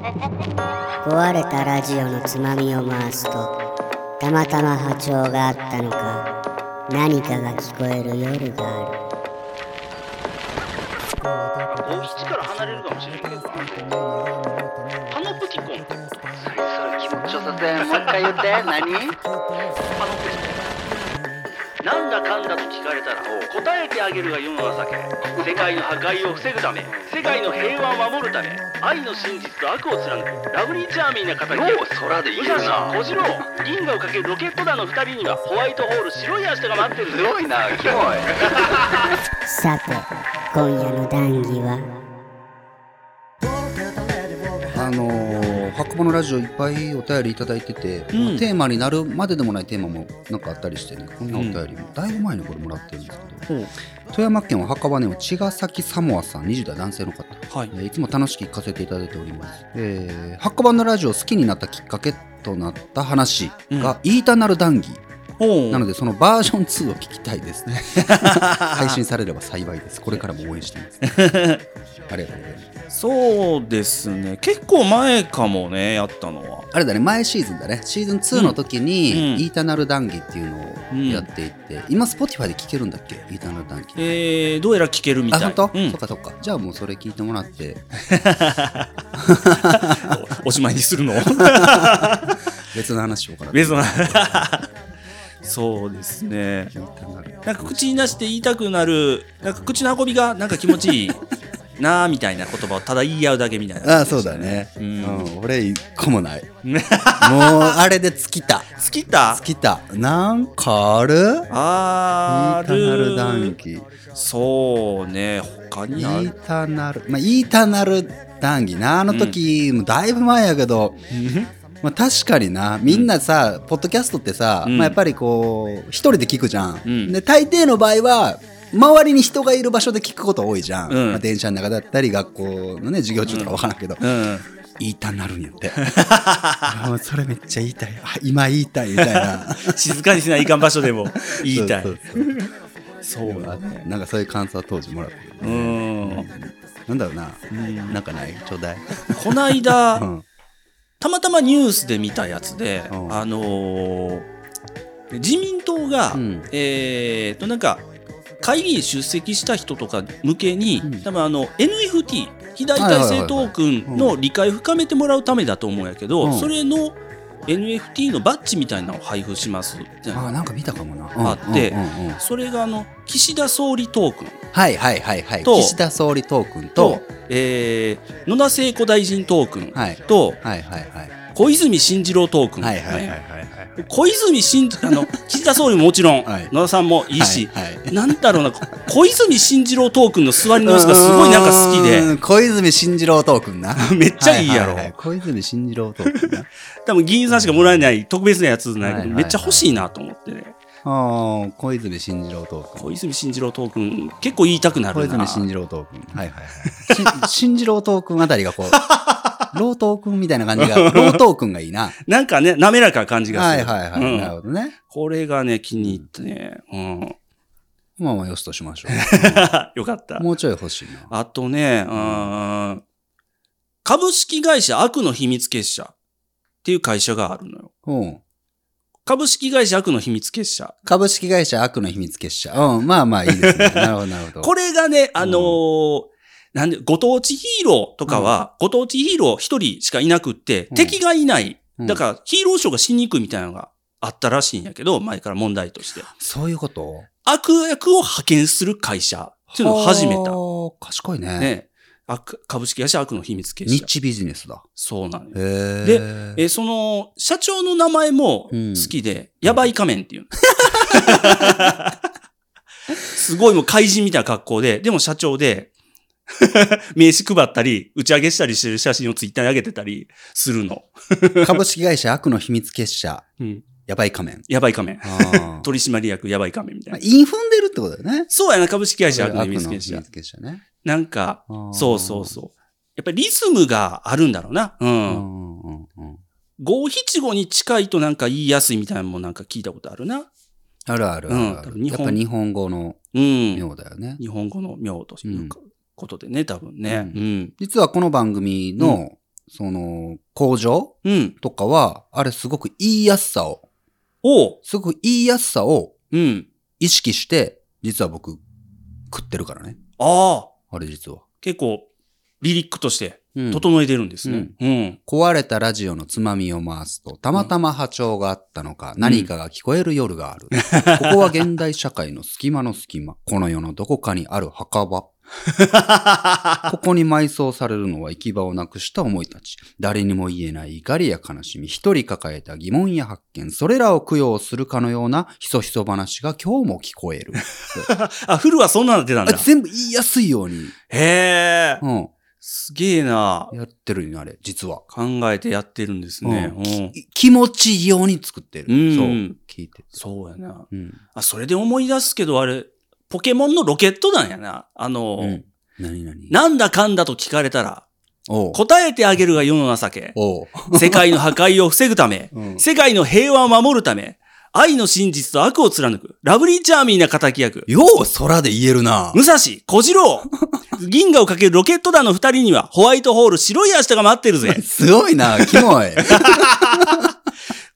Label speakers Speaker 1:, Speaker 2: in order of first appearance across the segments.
Speaker 1: 壊れたラジオのつまみを回すとたまたま波長があったのか何かが聞こえる夜がある
Speaker 2: 大吉から離れるかもしれんけど、パノプティコンって、
Speaker 3: それ気持ちよさせんもう一回言って何
Speaker 2: パノプティコン。なんだかんだと聞かれたら、答えてあげるが世の情け。世界の破壊を防ぐため、世界の平和を守るため、愛の真実と悪を貫く、ラブリーチャーミーな方に、
Speaker 3: よう空で言
Speaker 2: 武
Speaker 3: う
Speaker 2: 蔵、
Speaker 3: な
Speaker 2: 小次郎、銀河をかけるロケット団の二人には、ホワイトホール、白い明日が待ってる
Speaker 3: す
Speaker 2: ぜ。
Speaker 3: ごいなキモい
Speaker 1: さて今夜の談義は
Speaker 4: あのー、箱物ラジオいっぱいお便りいただいてて、
Speaker 5: うん
Speaker 4: テーマになるまででもないテーマもなんかあったりしてねこんなお便りも、だいぶ前にこれもらってるんですけど、
Speaker 5: ほう
Speaker 4: 富山県は墓場根の茅ヶ崎サモアさん20代男性の方、
Speaker 5: はい
Speaker 4: えーいつも楽しく聞かせていただいております、えー、箱場のラジオ好きになったきっかけとなった話が、イータナル談義
Speaker 5: おう
Speaker 4: なのでそのバージョン2を聞きたい ですね配信されれば幸いですこれからも応援してい ますありがとうございます
Speaker 5: そうですね結構前かもねやったのは
Speaker 4: あれだね前シーズンだねシーズン2の時に
Speaker 5: うんう
Speaker 4: 「
Speaker 5: ん
Speaker 4: イータナル談義」っていうのをやっていて、今 Spotify で聴けるんだっけイータナル談義
Speaker 5: えー、どうやら聞けるみた
Speaker 4: あ
Speaker 5: い
Speaker 4: 本当、
Speaker 5: うん
Speaker 4: そっかそっかじゃあもうそれ聞いてもら って
Speaker 5: おおしまいにするの
Speaker 4: 別の話しようかな
Speaker 5: 別の そうですね
Speaker 4: イータナル
Speaker 5: なんか口に出して言いたくなるなんか口の運びがなんか気持ちいいなあみたいな言葉をただ言い合うだけみたいな
Speaker 4: あ
Speaker 5: 感
Speaker 4: あ
Speaker 5: じで
Speaker 4: そう
Speaker 5: した
Speaker 4: だね、
Speaker 5: う
Speaker 4: うんん俺一個もない もう
Speaker 5: ね
Speaker 4: あれで尽きた
Speaker 5: 好きた
Speaker 4: 尽きたなんかある
Speaker 5: あ
Speaker 4: イータナル談
Speaker 5: る
Speaker 4: 義
Speaker 5: そうね他
Speaker 4: イ
Speaker 5: にある
Speaker 4: ータナルまあイータナル談義なあの時、もうだいぶ前やけどまあ、確かになみんなさ、ポッドキャストってさ、
Speaker 5: うん
Speaker 4: まあ、やっぱりこう一人で聞くじゃん、
Speaker 5: うん
Speaker 4: で大抵の場合は周りに人がいる場所で聞くこと多いじゃん、
Speaker 5: うん
Speaker 4: まあ、電車の中だったり学校のね授業中とか分からんけど、
Speaker 5: うん
Speaker 4: 言いたなるんやって あーそれめっちゃ言いたいあ今言いたいみたいな
Speaker 5: 静かにしないかん場所でも 言いたい
Speaker 4: そうそうそう
Speaker 5: そうだね
Speaker 4: なんかそういう感想は当時もらったけど
Speaker 5: う
Speaker 4: ね、
Speaker 5: ん
Speaker 4: なんだろうな、なんかないちょうだい、
Speaker 5: こないだ、
Speaker 4: うん、
Speaker 5: たまたまニュースで見たやつで、
Speaker 4: うん
Speaker 5: あのー自民党が、
Speaker 4: うん
Speaker 5: えーっとなんか会議に出席した人とか向けに、
Speaker 4: うん
Speaker 5: 多分あの NFT 非代替性トークンの理解を深めてもらうためだと思うんやけど、
Speaker 4: うん
Speaker 5: それの NFT のバッジみたいなのを配布しますっ
Speaker 4: あ
Speaker 5: て
Speaker 4: ーなんか見たかもな、
Speaker 5: あって
Speaker 4: うんうんうんうん
Speaker 5: それがあの岸田総理トークン
Speaker 4: はいはいはいはい
Speaker 5: と
Speaker 4: 岸田総理トークン
Speaker 5: と
Speaker 4: と、
Speaker 5: えー野田聖子大臣トークン
Speaker 4: はい
Speaker 5: と
Speaker 4: はいはいはい
Speaker 5: 小泉進次郎トークン、
Speaker 4: はいはいはいはいはい
Speaker 5: 小泉進 次あの岸田総理ももちろん、
Speaker 4: はい
Speaker 5: 野田さんもいいし、
Speaker 4: はいはい
Speaker 5: なんだろうなこ小泉進次郎トークンの座りの良さがすごいなんか好き
Speaker 4: う
Speaker 5: で
Speaker 4: ーん小泉進次郎トークンな
Speaker 5: めっちゃいいやろ
Speaker 4: ははは小泉進次郎トークンな
Speaker 5: 多分議員さんしかもらえない特別なやつなんやけど
Speaker 4: はいはいはい
Speaker 5: めっちゃ欲しいなと思ってね
Speaker 4: あー小泉進次郎トークン
Speaker 5: 小泉進次郎トークン結構言いたくな
Speaker 4: 小
Speaker 5: るな
Speaker 4: 泉進次郎トークンはいはいはいし 進次郎トークンあたりがこう 老トークンみたいな感じが老トークンがいいな
Speaker 5: なんかね滑らかな感じが
Speaker 4: は
Speaker 5: す
Speaker 4: い
Speaker 5: る、
Speaker 4: はいはい、
Speaker 5: うん
Speaker 4: なるほどね
Speaker 5: これがね気に入ってね、うん、
Speaker 4: まあまあよしとしましょ
Speaker 5: よかった
Speaker 4: うもうちょい欲しいな
Speaker 5: あとね、うーん、株式会社悪の秘密結社っていう会社があるのよ
Speaker 4: うん
Speaker 5: 株式会社悪の秘密結社
Speaker 4: 株式会社悪の秘密結社うんまあまあいいですね なるほどなるほど
Speaker 5: これがね、あのーなんで、ご当地ヒーローとかは、ご当地ヒーロー一人しかいなくって、
Speaker 4: うん
Speaker 5: 敵がいない。
Speaker 4: うん
Speaker 5: だから、ヒーローショーがしにくいみたいなのがあったらしいんやけど、前から問題として。
Speaker 4: そういうこと
Speaker 5: 悪役を派遣する会社っていうのを始めた。
Speaker 4: はあ賢いね
Speaker 5: ね。悪株式会社悪の秘密結社。
Speaker 4: 日ビジネスだ
Speaker 5: そうなのよ。
Speaker 4: へえ
Speaker 5: え、その、社長の名前も好きで、やばい仮面っていうの。すごいもう怪人みたいな格好で、でも社長で、 名刺配ったり、打ち上げしたりしてる写真をツイッターに上げてたりするの。
Speaker 4: 株式会社悪の秘密結社、
Speaker 5: うん
Speaker 4: やばい仮面。
Speaker 5: やばい仮面。
Speaker 4: あ
Speaker 5: 取締役やばい仮面みたい
Speaker 4: あ
Speaker 5: な。
Speaker 4: インフンでるってことだよね。
Speaker 5: そうやな、株式会社悪の秘密
Speaker 4: 悪
Speaker 5: 結社。
Speaker 4: 結社ね。
Speaker 5: なんか、
Speaker 4: あー
Speaker 5: そうそうそう。やっぱりリズムがあるんだろうな。う。
Speaker 4: うんんうんうん。
Speaker 5: 五七五に近いとなんか言いやすいみたいなのもなんか聞いたことあるな。
Speaker 4: あるある
Speaker 5: うん
Speaker 4: あ
Speaker 5: 多
Speaker 4: る。
Speaker 5: 分日
Speaker 4: やっ
Speaker 5: 本
Speaker 4: ぱ日本語の
Speaker 5: うん。
Speaker 4: 妙だよね。
Speaker 5: 日本語の妙というかことでね、多分ね。う。
Speaker 4: うん実はこの番組の、その、工場
Speaker 5: うん。
Speaker 4: とかは、あれすごく言いやすさを、
Speaker 5: おう。
Speaker 4: すごく言いやすさを
Speaker 5: うん。
Speaker 4: 意識して、実は僕、食ってるからね。
Speaker 5: ああ。
Speaker 4: あれ実は。
Speaker 5: 結構、リリックとして
Speaker 4: うん
Speaker 5: 整えてるんですね。うん。
Speaker 4: 壊れたラジオのつまみを回すと、たまたま波長があったのか、何かが聞こえる夜がある。ここは現代社会の隙間の隙間。この世のどこかにある墓 場。ここに埋葬されるのは行き場をなくした思いたち。誰にも言えない怒りや悲しみ、一人抱えた疑問や発見、それらを供養するかのようなひそひそ話が今日も聞こえる。
Speaker 5: あ、フルはそんなの出たん
Speaker 4: あ
Speaker 5: だ。
Speaker 4: 全部言いやすいように、
Speaker 5: へえ。
Speaker 4: うん、
Speaker 5: すげえな。
Speaker 4: やってるよね、あれ、実は。
Speaker 5: 考えてやってるんですね。
Speaker 4: うん
Speaker 5: うん。
Speaker 4: き気持ちいいように作ってる。
Speaker 5: うん
Speaker 4: そう。聞いてて。
Speaker 5: そうやな。
Speaker 4: うん。
Speaker 5: あ、それで思い出すけど、あれ、ポケモンのロケット弾やな。あの、
Speaker 4: うん。何々。
Speaker 5: なんだかんだと聞かれたら、
Speaker 4: おう。
Speaker 5: 答えてあげるが世の 情け。
Speaker 4: おう。
Speaker 5: 世界の破壊を防ぐため、
Speaker 4: うん
Speaker 5: 世界の平和を守るため、愛の真実と悪を貫く、ラブリーチャーミーな敵役、
Speaker 4: よう空で言えるな。。
Speaker 5: 武蔵、小次郎、銀河をかけるロケット団の二人には、ホワイトホール、白い明日が待ってるぜ
Speaker 4: すごい な、キモい。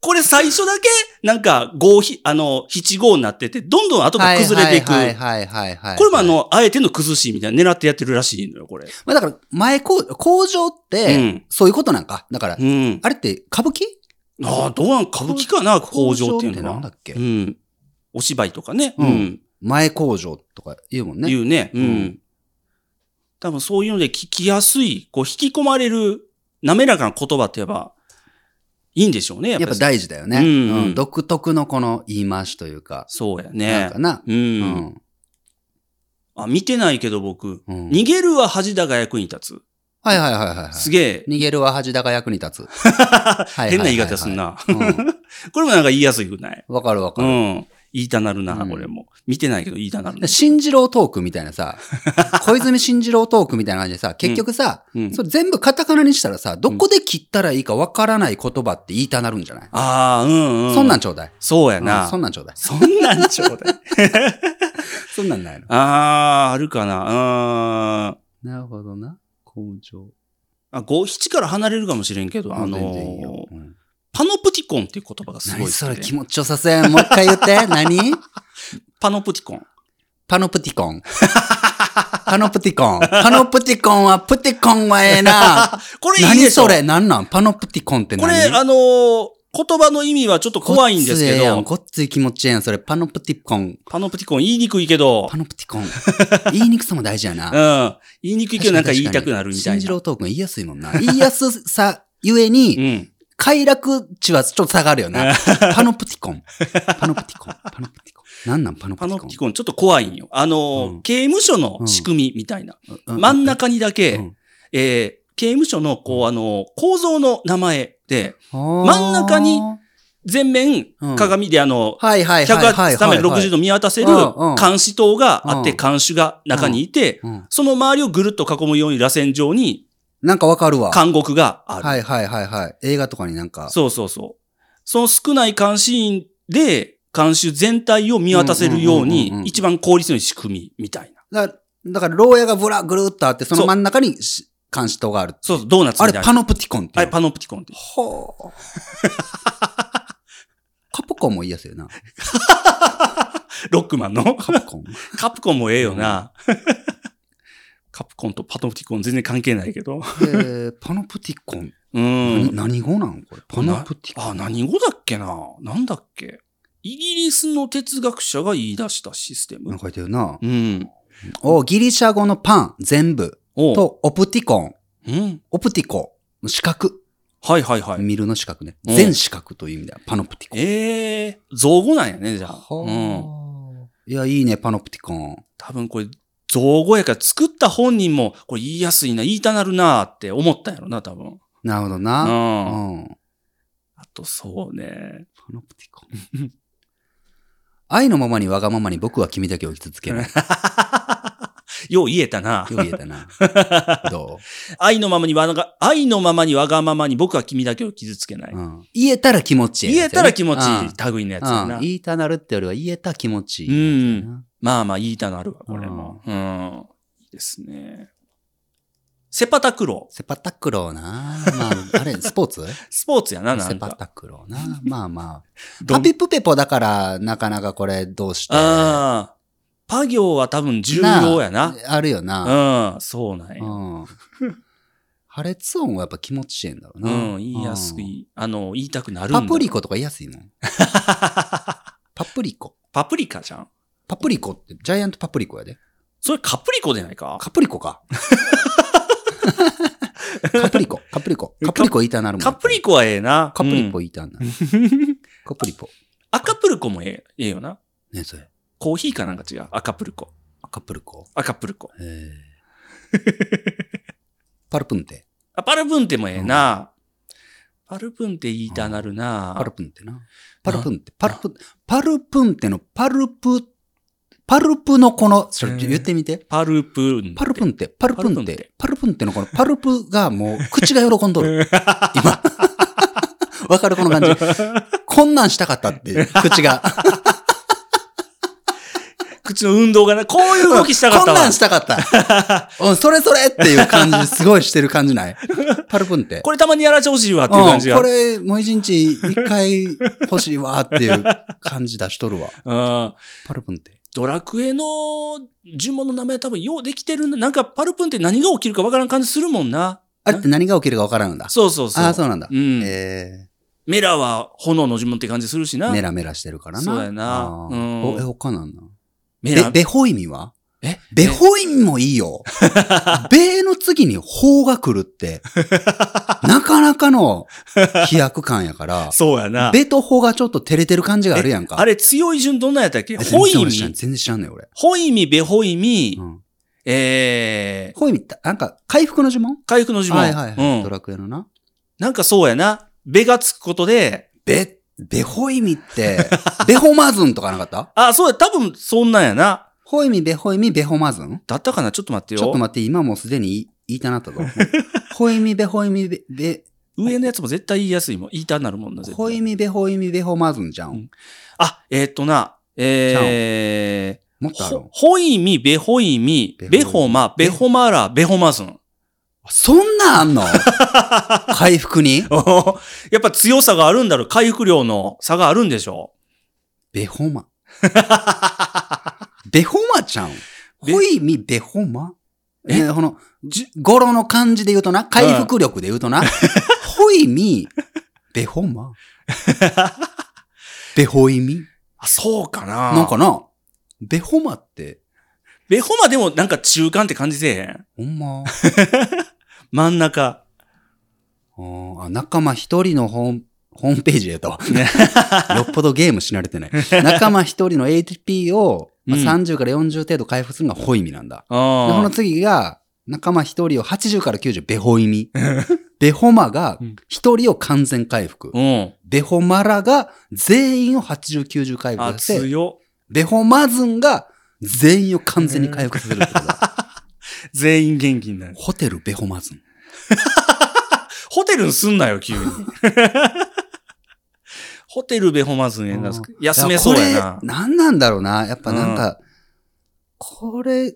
Speaker 5: これ最初だけ、なんか、合ひ、あの、七五になってて、どんどん後が崩れていく。
Speaker 4: はいはいはいはいはいはい。
Speaker 5: これもあ、の、あえての崩しみたいな、狙ってやってるらしいのよ、これ。
Speaker 4: まあだから、前工、工場っ
Speaker 5: う
Speaker 4: て
Speaker 5: ん、
Speaker 4: そういうことなんか。だから
Speaker 5: う、ん。
Speaker 4: あれって歌舞伎
Speaker 5: ああ、どうなん、歌舞伎かな、工場って
Speaker 4: 工場
Speaker 5: いうの
Speaker 4: ってなんだ
Speaker 5: は
Speaker 4: っ。け
Speaker 5: うん。お芝居とかね。
Speaker 4: う
Speaker 5: うんん。
Speaker 4: 前工場とか言うもんね。
Speaker 5: 言うね。うん。
Speaker 4: うん
Speaker 5: 多分そういうので聞きやすい、こう引き込まれる滑らかな言葉って言えばいいんでしょうね。やっ
Speaker 4: や
Speaker 5: ぱ
Speaker 4: っ
Speaker 5: り
Speaker 4: ぱ大事だよね。
Speaker 5: う
Speaker 4: うん
Speaker 5: うん
Speaker 4: ん独特のこの言い回しというか、
Speaker 5: そうや
Speaker 4: な
Speaker 5: ね
Speaker 4: んか。な。
Speaker 5: う、
Speaker 4: うんん。
Speaker 5: あ、見てないけど僕、
Speaker 4: うん
Speaker 5: 逃げるは恥だが役に立つ。
Speaker 4: はいはいはいはいはい。
Speaker 5: すげえ、
Speaker 4: 逃げるは恥だが役に立つ。 いはいはいはい
Speaker 5: 変な言い方すんな。
Speaker 4: うん
Speaker 5: これもなんか言いやすいくない
Speaker 4: わかるわか
Speaker 5: う
Speaker 4: る。
Speaker 5: ん。言いたなるな、
Speaker 4: うん
Speaker 5: これも。見てないけど言いたなるな。
Speaker 4: 新次郎トークみたいな さ、小泉進次郎トークみたいな感じでさ、結局さ、
Speaker 5: うん
Speaker 4: それ全部カタカナにしたらさ、どこで切ったらいいかわからない言葉って言いたなるんじゃない、
Speaker 5: ああ、うんうん。
Speaker 4: そんなんちょうだい。
Speaker 5: そうや
Speaker 4: うん
Speaker 5: な。
Speaker 4: そんなんちょうだい。
Speaker 5: そんなんちょうだい。
Speaker 4: そんなんないの。
Speaker 5: ああ、あるかな。うん。
Speaker 4: なるほどな。工場。
Speaker 5: あ、五七から離れるかもしれんけど、あ
Speaker 4: あ
Speaker 5: の
Speaker 4: の
Speaker 5: ー
Speaker 4: うん
Speaker 5: パノプティコンっていう言葉がす
Speaker 4: 何
Speaker 5: ごい好きで
Speaker 4: それ気持ちよさせん。もう一回言って。何
Speaker 5: パノプティコン。
Speaker 4: パノプティコン。パノプティコン。パノプティコンは、プティコンはええな。
Speaker 5: これいい
Speaker 4: 何
Speaker 5: でしょ
Speaker 4: それ何なんパノプティコンって
Speaker 5: こ
Speaker 4: 何
Speaker 5: れ、あのー言葉の意味はちょっと怖いんですけ
Speaker 4: こっつええやん
Speaker 5: ど、
Speaker 4: こっつい気持ちええやん。それ、パノプティコン。
Speaker 5: パノプティコン言いにくいけど
Speaker 4: パ、ノプティ コン。言いにくさも大事やな。
Speaker 5: う
Speaker 4: 確
Speaker 5: ん。言いにくい
Speaker 4: かに
Speaker 5: けどなんか言いたくなるみた
Speaker 4: 新
Speaker 5: い
Speaker 4: 次
Speaker 5: な。
Speaker 4: 郎トークン言いやすいもんな。言いやすさゆえ
Speaker 5: う
Speaker 4: に、
Speaker 5: ん。
Speaker 4: 快楽値はちょっと下がるよな。パノプティコン。パノプティコン。パノプティコン。何なんパノプ
Speaker 5: パ
Speaker 4: テ
Speaker 5: ノ
Speaker 4: ィ
Speaker 5: プ
Speaker 4: コ
Speaker 5: ティコンちょっと怖いんよ。あのー
Speaker 4: うん
Speaker 5: 刑務所の仕組みみたいな。
Speaker 4: ン。
Speaker 5: 真ん中にだけ、
Speaker 4: うん
Speaker 5: えー刑務所の、こう、あのー構造の名前で、真
Speaker 4: 真
Speaker 5: ん中に全面
Speaker 4: うん
Speaker 5: 鏡であの、
Speaker 4: はいはいはいはいはいはい。
Speaker 5: 180度見渡せ
Speaker 4: う
Speaker 5: る
Speaker 4: んうん
Speaker 5: 監視塔があって、
Speaker 4: うん
Speaker 5: 監視が中にいて、
Speaker 4: うん
Speaker 5: その周りをぐるっと囲むように螺旋状に
Speaker 4: なんかわかるわ。
Speaker 5: 監獄がある。
Speaker 4: はいはいはいはい。映画とかになんか。
Speaker 5: そうそうそう。その少ない監視員で、監視全体を見渡せる
Speaker 4: う
Speaker 5: よう
Speaker 4: んうんうんうんう
Speaker 5: に、
Speaker 4: ん
Speaker 5: 一番効率のいい仕組みみたいな。
Speaker 4: だから、だから牢屋がぶらぐるっとあって、そ
Speaker 5: そ
Speaker 4: の
Speaker 5: う
Speaker 4: 真ん中にし監視塔がある。
Speaker 5: そうそう、ドーナツ
Speaker 4: あ
Speaker 5: み
Speaker 4: れ、
Speaker 5: たいな。
Speaker 4: パノプティコンって
Speaker 5: あ
Speaker 4: い
Speaker 5: れ
Speaker 4: う。
Speaker 5: パノプティコンって。
Speaker 4: ほう。 カプコンも言いやすいよな。
Speaker 5: ロックマ ンの
Speaker 4: カプコ ン。
Speaker 5: カプコンもええよな。 カプコンとパノプティコン全然関係ないけど。
Speaker 4: えー、パノプティコン。
Speaker 5: うん。
Speaker 4: 何何語なのこれ。パノプティコン。
Speaker 5: あ、何語だっけななんだっけイギリスの哲学者が言い出したシステ
Speaker 4: なんか
Speaker 5: ム。
Speaker 4: 書いてるな。
Speaker 5: うん。
Speaker 4: お、ギリシャ語のパン、全部。
Speaker 5: おう。
Speaker 4: と、オプティコン。
Speaker 5: うん。
Speaker 4: オプティコ。四角。
Speaker 5: はいはいはい。
Speaker 4: 見るの四角ね。
Speaker 5: うん
Speaker 4: 全四角という意味だよ。パノプティコン。
Speaker 5: ええ造語なんやね、じゃあ。うん。
Speaker 4: はあいや、いいね、パノプティコン。
Speaker 5: 多分これ、造語やから作った本人も、これ言いやすいな、言いたなるなって思ったんやろな、多分。
Speaker 4: なるほど
Speaker 5: う。
Speaker 4: な。うん
Speaker 5: あ
Speaker 4: ん。
Speaker 5: と、そうね。
Speaker 4: パノプティコン。愛のままにわがままに僕は君だけを傷つけ ない。よ
Speaker 5: よう言えたな
Speaker 4: く。言えたな。ど、
Speaker 5: 愛のままにわが、愛のままにわがままに僕は君だけを傷つけないう
Speaker 4: う。ん、言えたら気持ちいい
Speaker 5: 言
Speaker 4: や
Speaker 5: え
Speaker 4: つや
Speaker 5: た
Speaker 4: ね、
Speaker 5: ら気持ちいい、類のやつや
Speaker 4: うんう
Speaker 5: な。
Speaker 4: ん。言いたなるってよりは言えた気持ちいい。
Speaker 5: うん。
Speaker 4: な
Speaker 5: まあまあ、言いたなるわ、これも。うん。いいですね。セパタクロー。
Speaker 4: セパタクローな。まあ、あれ、スポーツ
Speaker 5: スポーツや な、な
Speaker 4: セ
Speaker 5: ん
Speaker 4: パ
Speaker 5: か。
Speaker 4: タクローな。まあまあ。
Speaker 5: どん
Speaker 4: パピプペポだから、なかなかこれ、どうして。
Speaker 5: ああ。パ行は多分重要やな。
Speaker 4: あるよな。
Speaker 5: うん、そうなんや。
Speaker 4: うん。破裂音はやっぱ気持ちいいんだろうな。
Speaker 5: うん、言いやすい。あの、言いたくなる
Speaker 4: うんん。
Speaker 5: だ。
Speaker 4: パプリコとか言いやすい もん。パプリコ。
Speaker 5: パプリカじゃん
Speaker 4: パプリコって、ジャイアントパプリコやで。
Speaker 5: それカプリコじゃないか
Speaker 4: カプリコ か。カプリコ、カプリコ。カプリコ言いたなるもん。
Speaker 5: カプリコはええな。
Speaker 4: カプリポ
Speaker 5: うん
Speaker 4: 言いたなる。カプリポ。
Speaker 5: アカプルコもええええよな。
Speaker 4: ねそれ。
Speaker 5: コーヒーかなんか違う。アカプルコ。
Speaker 4: カプリコ。
Speaker 5: アカプルコ。
Speaker 4: へ ーパルプンテ。
Speaker 5: あ、パルプンテもええな。パルプンテ言いたなるな。
Speaker 4: パルプンテな。パルプンテ。パルプ、パルプンテのパルプ、パルプのこの、それ言ってみて。
Speaker 5: パルプンテ。
Speaker 4: パルプンテ、パルプ
Speaker 5: パ
Speaker 4: ン
Speaker 5: ルプン
Speaker 4: テ
Speaker 5: テ、
Speaker 4: パルプンテのこのパルプがもう口が喜んど る。今。 わかるこの感じ。こんなんしたかったっていう、口が。
Speaker 5: 口の運動がな、こういう動きしたかった
Speaker 4: こんな
Speaker 5: わ
Speaker 4: ん。したかった。 うん、それそれっていう感じ、すごいしてる感じないパルプンって。
Speaker 5: これたまにやらせてほしいわっていう感じ
Speaker 4: うん
Speaker 5: が。
Speaker 4: これ、もう一日一回欲しいわっていう感じ出しとるわ。
Speaker 5: うん
Speaker 4: パルプンって。
Speaker 5: ドラクエの呪文の名前多分ようできてるな。なんかパルプンって何が起きるかわからん感じするもんな。
Speaker 4: あれって何が起きるかわからんんだ。
Speaker 5: そうそうそう。
Speaker 4: ああ、そうなんだ。
Speaker 5: うん
Speaker 4: え
Speaker 5: メラは炎の呪文って感じするし
Speaker 4: ー、
Speaker 5: な。
Speaker 4: メラメラしてるからな。
Speaker 5: そうやな
Speaker 4: あー
Speaker 5: うん
Speaker 4: おえ、他なんだ。
Speaker 5: メ
Speaker 4: べ
Speaker 5: ラ、
Speaker 4: ベホイミは
Speaker 5: え
Speaker 4: ベホイミもいいよ。 ベの次に法が来るって、なかなかの飛躍感やから、
Speaker 5: そうやな。
Speaker 4: ベと法がちょっと照れてる感じがあるやんか。
Speaker 5: あれ強い順どんなんやったっけ
Speaker 4: え全
Speaker 5: ホイ
Speaker 4: 然俺知らん
Speaker 5: ミ、
Speaker 4: 全然知らんねん、俺。
Speaker 5: ホイミ、ベホイミ、
Speaker 4: うん。
Speaker 5: えー、
Speaker 4: ホイミって、なんか、回復の呪文
Speaker 5: 回復の呪文。
Speaker 4: はいはいはい。
Speaker 5: う
Speaker 4: ド
Speaker 5: ん。
Speaker 4: ラクエのな。
Speaker 5: なんかそうやな。ベがつくことで、
Speaker 4: べ、べホイミ って、ベホマズンとかなかった
Speaker 5: あ、そうや、多分そんなんやな。
Speaker 4: ホイミ、ベホイミ、ベホマズン
Speaker 5: だったかなちょっと待って
Speaker 4: ち
Speaker 5: よ。
Speaker 4: ょっと待って、今もうすでに言い言いたな ったぞ。ホイミ、ベホイミ、ベ、ベ、
Speaker 5: 上のやつも絶対言いやすいもん。言いたなるもんな、絶対
Speaker 4: ホイミ、ベホイミ、ベホマズンじゃ
Speaker 5: うんん。あ、えーっとな、え
Speaker 4: もっ
Speaker 5: ー、
Speaker 4: とある
Speaker 5: ほホイミ、ベホイミ、
Speaker 4: ベホイミ
Speaker 5: ベホマ、ベホマラ、ベホマズン。
Speaker 4: そんなんあんの回復に
Speaker 5: やっぱ強さがあるんだろう。回復量の差があるんでしょ
Speaker 4: ベホ マ。ベホマちゃん。
Speaker 5: べ
Speaker 4: ホイミ、ベホマ
Speaker 5: え
Speaker 4: え、この、じ語呂の漢字で言うとな、回復力で言う とな、ホイミ、ベホマ。ベホイミ。
Speaker 5: あ、そうかな
Speaker 4: なんかな、ベホマって、
Speaker 5: ベホマでもなんか中間って感じせえへん。
Speaker 4: ほんま、
Speaker 5: 真ん中。
Speaker 4: あーあ仲間一人のホーム、ホームページやったわ。 よっぽどゲームし慣れてない。仲間一人の ATP を、まあ、
Speaker 5: うん
Speaker 4: 30から40程度回復するのがホイミなんだ。でこ
Speaker 5: あ
Speaker 4: の次が、仲間一人を80から90、ベホイ ミ。ベホマが
Speaker 5: うん
Speaker 4: 一人を完全回復。
Speaker 5: うん。
Speaker 4: ベホマラが全員を80、90回復
Speaker 5: あ、
Speaker 4: させて、
Speaker 5: 強。
Speaker 4: ベホマズンが全員を完全に回復させるってこと だ。
Speaker 5: 全員元気になる。
Speaker 4: ホテルベホマズン。
Speaker 5: ホテルにすんなよ、 急に。ホテルベホマズンやな
Speaker 4: うん。
Speaker 5: 休めそうや
Speaker 4: い
Speaker 5: な
Speaker 4: こ。れ、何なんだろうな。やっぱなんか、これ、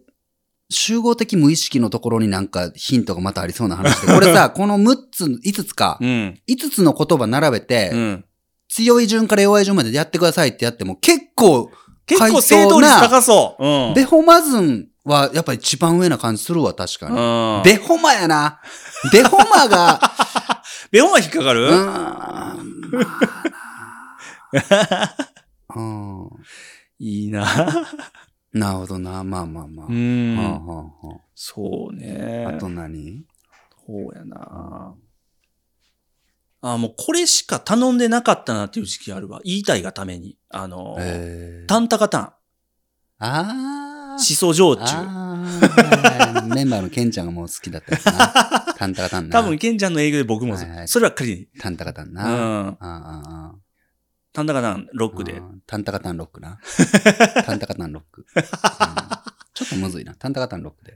Speaker 4: 集合的無意識のところになんかヒントがまたありそうな話 で。これさ、この6つ、5つか
Speaker 5: う、ん。
Speaker 4: 5つの言葉並べて、
Speaker 5: うん。
Speaker 4: 強い順から弱い順までやってくださいってやっても結構、
Speaker 5: 結構正
Speaker 4: 回
Speaker 5: 答
Speaker 4: 答
Speaker 5: 率
Speaker 4: な
Speaker 5: 高そう。うん。
Speaker 4: ベホマズンはやっぱ一番上な感じするわ、確か
Speaker 5: う
Speaker 4: に。
Speaker 5: ん。
Speaker 4: ベホマやな。ベホマが、
Speaker 5: ベホマ引っかか
Speaker 4: うー
Speaker 5: る
Speaker 4: ん。まあなうん
Speaker 5: いいな。
Speaker 4: なるほどな。まあまあまあ。
Speaker 5: う
Speaker 4: はあ
Speaker 5: ん。
Speaker 4: はあは
Speaker 5: そうね
Speaker 4: あ。あと何
Speaker 5: そうやな。あ、もうこれしか頼んでなかったなっていう時期あるわ。言いたいがために。あの、
Speaker 4: えー、
Speaker 5: タンタカタン、
Speaker 4: あー
Speaker 5: シソ焼酎。
Speaker 4: あー。メンバーのケンちゃんがもう好きだったやつ な。タンタカタンな。
Speaker 5: 多分、ケンちゃんの営業で僕も
Speaker 4: はいはい
Speaker 5: そればっかり。
Speaker 4: タンタカタン
Speaker 5: う
Speaker 4: な。あ
Speaker 5: ん。
Speaker 4: あああ
Speaker 5: タンタカタン、ロックで
Speaker 4: あ。ータンタカタンロック な。タンタカタンロック。うんちょっとむずいな。タンタカタンロックで。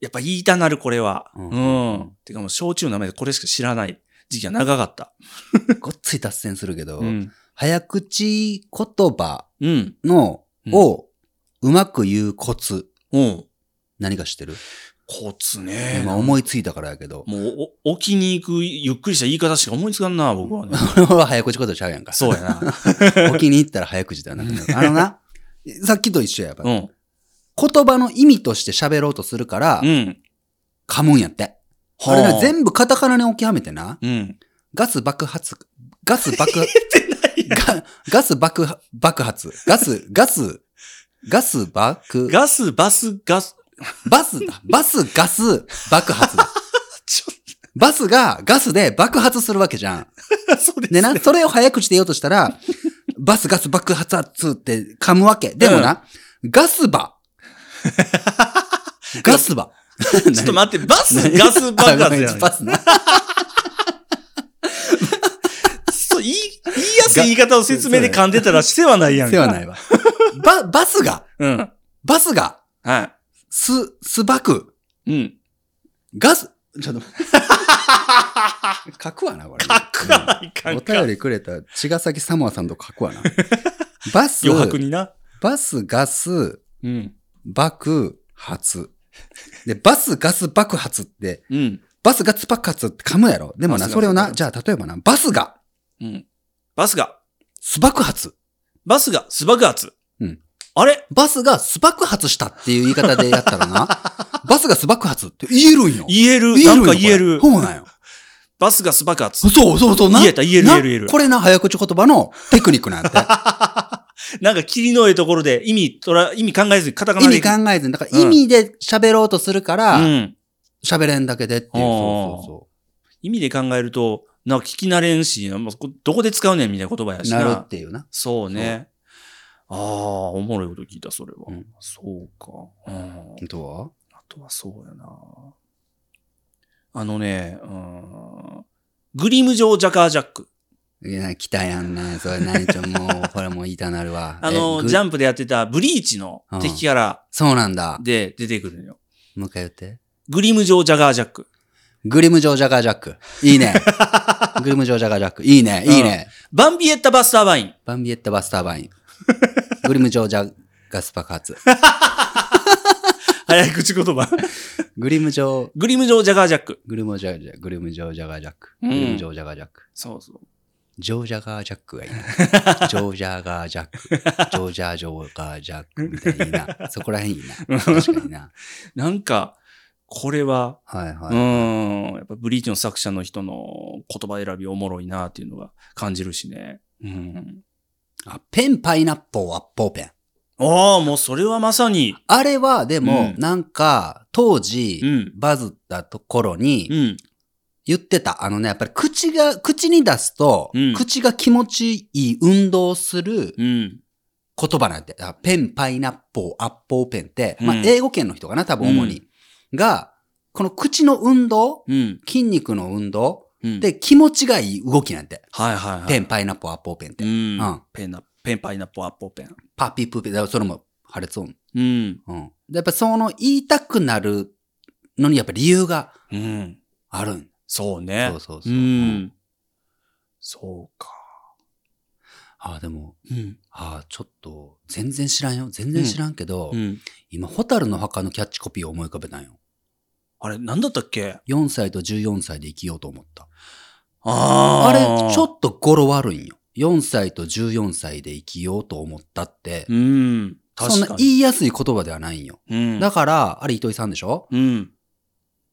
Speaker 5: やっぱ言いたなる、これは。
Speaker 4: う
Speaker 5: うんん。てかもう、焼酎の名前でこれしか知らない時期が長かった。
Speaker 4: うんごっつい脱線するけど、
Speaker 5: うん。
Speaker 4: 早口言葉
Speaker 5: うん。
Speaker 4: の、
Speaker 5: うん
Speaker 4: をうまく言うコツ、
Speaker 5: うん。
Speaker 4: 何か知ってる
Speaker 5: コツね。
Speaker 4: 今思いついたからやけど。
Speaker 5: もう、お置きに行く、ゆっくりした言い方しか思いつかんな、僕はね。
Speaker 4: これは早口ことちゃうやんか。
Speaker 5: そうやな。
Speaker 4: お気に入ったら早口ではなくなる。あのな、さっきと一緒ややっぱ、
Speaker 5: うん。
Speaker 4: 言葉の意味として喋ろうとするから
Speaker 5: う、ん。
Speaker 4: 噛むんやって。
Speaker 5: は
Speaker 4: あれな、全部カタカナに置きはめてな、
Speaker 5: うん。
Speaker 4: ガス爆発、ガス 爆、ガガス爆、爆発、ガス、ガス、ガス爆、
Speaker 5: ガス、バス、ガス。
Speaker 4: バスだ、バス、ガス、爆発だ
Speaker 5: ちょ
Speaker 4: バスがガスで爆発するわけじゃん。
Speaker 5: そうです
Speaker 4: でな、それを早口で言おうとした ら、バスガス爆発圧って噛むわけ。でもな、ガス バ。ガスバ。
Speaker 5: ちょっと待って、バス、ガス、爆
Speaker 4: あご
Speaker 5: 発
Speaker 4: めん
Speaker 5: やん。
Speaker 4: バスな。
Speaker 5: そう、言い、言いやすい言い方を説明で噛んでたら、してはないやんか。
Speaker 4: ではないわ。ば、バスが、
Speaker 5: うん。
Speaker 4: バスが、
Speaker 5: は
Speaker 4: す、すばく、
Speaker 5: い。うん。
Speaker 4: ガス、ち ょっと待って。書くわな、これ。
Speaker 5: 書かないか
Speaker 4: うんんお
Speaker 5: か。
Speaker 4: 便りくれた、茅ヶ崎サモアさんと書く わな。バス、
Speaker 5: 余白にな。
Speaker 4: バス、ガス、
Speaker 5: うん。
Speaker 4: 爆発。で、バスガス爆発って、
Speaker 5: うん。
Speaker 4: バスガス爆発って噛むやろ。でも
Speaker 5: バ
Speaker 4: な、
Speaker 5: スガス
Speaker 4: それをな、じゃあ例えばな、バスが
Speaker 5: うん。バスが、
Speaker 4: ス爆発。
Speaker 5: バスが、ス爆発。
Speaker 4: うん。
Speaker 5: あれ
Speaker 4: バスがス爆発したっていう言い方でやったら な、バスがス爆発って言えるんよ。
Speaker 5: 言える。
Speaker 4: る
Speaker 5: なんん
Speaker 4: よ
Speaker 5: か言える
Speaker 4: こ。れそうなんよ。
Speaker 5: バスがス爆発。
Speaker 4: そうそうそう、な。
Speaker 5: 言えた言える
Speaker 4: な
Speaker 5: 言える言える
Speaker 4: これな、早口言葉のテクニックなん や
Speaker 5: なんか霧のええところで意味とら、意味考えずにカタ
Speaker 4: っ
Speaker 5: カ
Speaker 4: て。意
Speaker 5: ナで。
Speaker 4: 味考えずに、だから
Speaker 5: うん
Speaker 4: 意味で喋ろうとするか
Speaker 5: う
Speaker 4: ら、
Speaker 5: ん。
Speaker 4: 喋れんだけでっていう。
Speaker 5: おー
Speaker 4: そうそう
Speaker 5: 意味で考えると、なんか聞き慣れんし、もうこどこで使うねんみたいな言葉や
Speaker 4: そう。
Speaker 5: しな。
Speaker 4: なるっていうな。
Speaker 5: そうね。ああ、おもろいこと聞いた、それは。
Speaker 4: うん
Speaker 5: そうか。うん。
Speaker 4: どう
Speaker 5: あとはそうやな。あのね、うん。グリム上ジャカージャック。
Speaker 4: いや、来たやんね。それ何ちょ、もう、これもう言いたなるわ。
Speaker 5: あの、
Speaker 4: えぐ
Speaker 5: ジャンプでやってたブリーチの敵キャラ
Speaker 4: そうなんだ。
Speaker 5: で出てくるのよ。
Speaker 4: もう一回言って。
Speaker 5: グリム上ジャガージャック。
Speaker 4: グリムジョージャガージャック。いい ね。グリムジョージャガージャック。いいね。いいね。
Speaker 5: バンビエッタバスターバイン。
Speaker 4: バンビエッタバスターバイン。グリムジョージャガス爆発。
Speaker 5: 早口言葉。
Speaker 4: グリムジョー、
Speaker 5: グリム上ジャガージャック。
Speaker 4: グリムジョージャ、グリムジョージャガージャック。
Speaker 5: うん
Speaker 4: グリムジョージャガージャック。
Speaker 5: そうそう。
Speaker 4: ジョージャガージャックがいいな。ジョージャガージャック。ジョージャージョーガージャックみたいにいいな。そこらへんいいな。確かにな。
Speaker 5: なんか、これは、
Speaker 4: はいは
Speaker 5: う
Speaker 4: い。
Speaker 5: ん。やっぱブリーチの作者の人の言葉選びおもろいなっていうのが感じるしね。うん。
Speaker 4: あ、ペンパイナッポーアッポーペン。
Speaker 5: ああ、もうそれはまさに。
Speaker 4: あれはでも
Speaker 5: う、ん
Speaker 4: なんか、当時
Speaker 5: う、ん。
Speaker 4: バズったところ
Speaker 5: う
Speaker 4: に、
Speaker 5: ん。
Speaker 4: 言ってた。あのね、やっぱり口が、口に出すと
Speaker 5: うん、
Speaker 4: 口が気持ちいい運動をする
Speaker 5: う
Speaker 4: 言
Speaker 5: ん。
Speaker 4: 葉なんて、あペン、パイナッポー、アッポーペンって、
Speaker 5: うん
Speaker 4: まあ、英語圏の人かな、多分主に。が、この口の運動、
Speaker 5: うん。
Speaker 4: 筋肉の運動
Speaker 5: うん、
Speaker 4: で気持ちがいい動きなんて。
Speaker 5: はいはいはい。
Speaker 4: ペン、パイナッポー、アッポーペンって
Speaker 5: う。ん。
Speaker 4: うん
Speaker 5: ペンナ、ペンパイナップルアッポーペン。
Speaker 4: パピープーペン。だからそれも破裂音。
Speaker 5: うん。
Speaker 4: うん。でやっぱその言いたくなるのにやっぱ理由が
Speaker 5: うん。
Speaker 4: あるん。
Speaker 5: そうね。
Speaker 4: そうそうそう。
Speaker 5: ん。そうか。
Speaker 4: ああ、でも、
Speaker 5: うん。
Speaker 4: ああ、ちょっと、全然知らんよ。全然知らんけど、
Speaker 5: うん。
Speaker 4: 今、ホタルの墓のキャッチコピーを思い浮かべたんよ。
Speaker 5: あれ、なんだったっけ
Speaker 4: 4歳と14歳で生きようと思った。あ
Speaker 5: あー
Speaker 4: れ、ちょっと語呂悪いんよ。4歳と14歳で生きようと思ったって、
Speaker 5: うん。
Speaker 4: そん
Speaker 5: 確
Speaker 4: な
Speaker 5: か
Speaker 4: 言
Speaker 5: に。
Speaker 4: いやすい言葉ではないんよ。
Speaker 5: うん。
Speaker 4: だから、あれ糸井さんでしょ
Speaker 5: うん。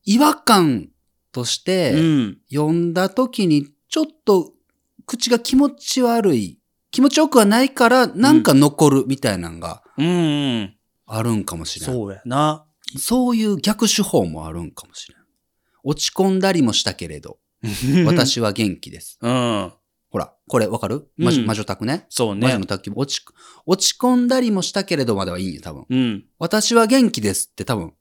Speaker 4: 違和感とし
Speaker 5: う
Speaker 4: て、
Speaker 5: ん。
Speaker 4: 読んだ時に、ちょっと、口が気持ち悪い。気持ちよくはないから、なんか残るみたいなのが
Speaker 5: うんうん。
Speaker 4: あるんかもしれん。
Speaker 5: そうやな。
Speaker 4: そういう逆手法もあるんかもしれん。落ち込んだりもしたけれど、
Speaker 5: 私。
Speaker 4: 私は元気です。
Speaker 5: うん。
Speaker 4: ほら、これわかる
Speaker 5: うん
Speaker 4: 魔女、魔女宅ね。
Speaker 5: そう
Speaker 4: 魔女
Speaker 5: ね
Speaker 4: の。宅急便落ち、落ち込んだりもしたけれどまではいいんよ、多分。
Speaker 5: うん。
Speaker 4: 私は元気ですって多分、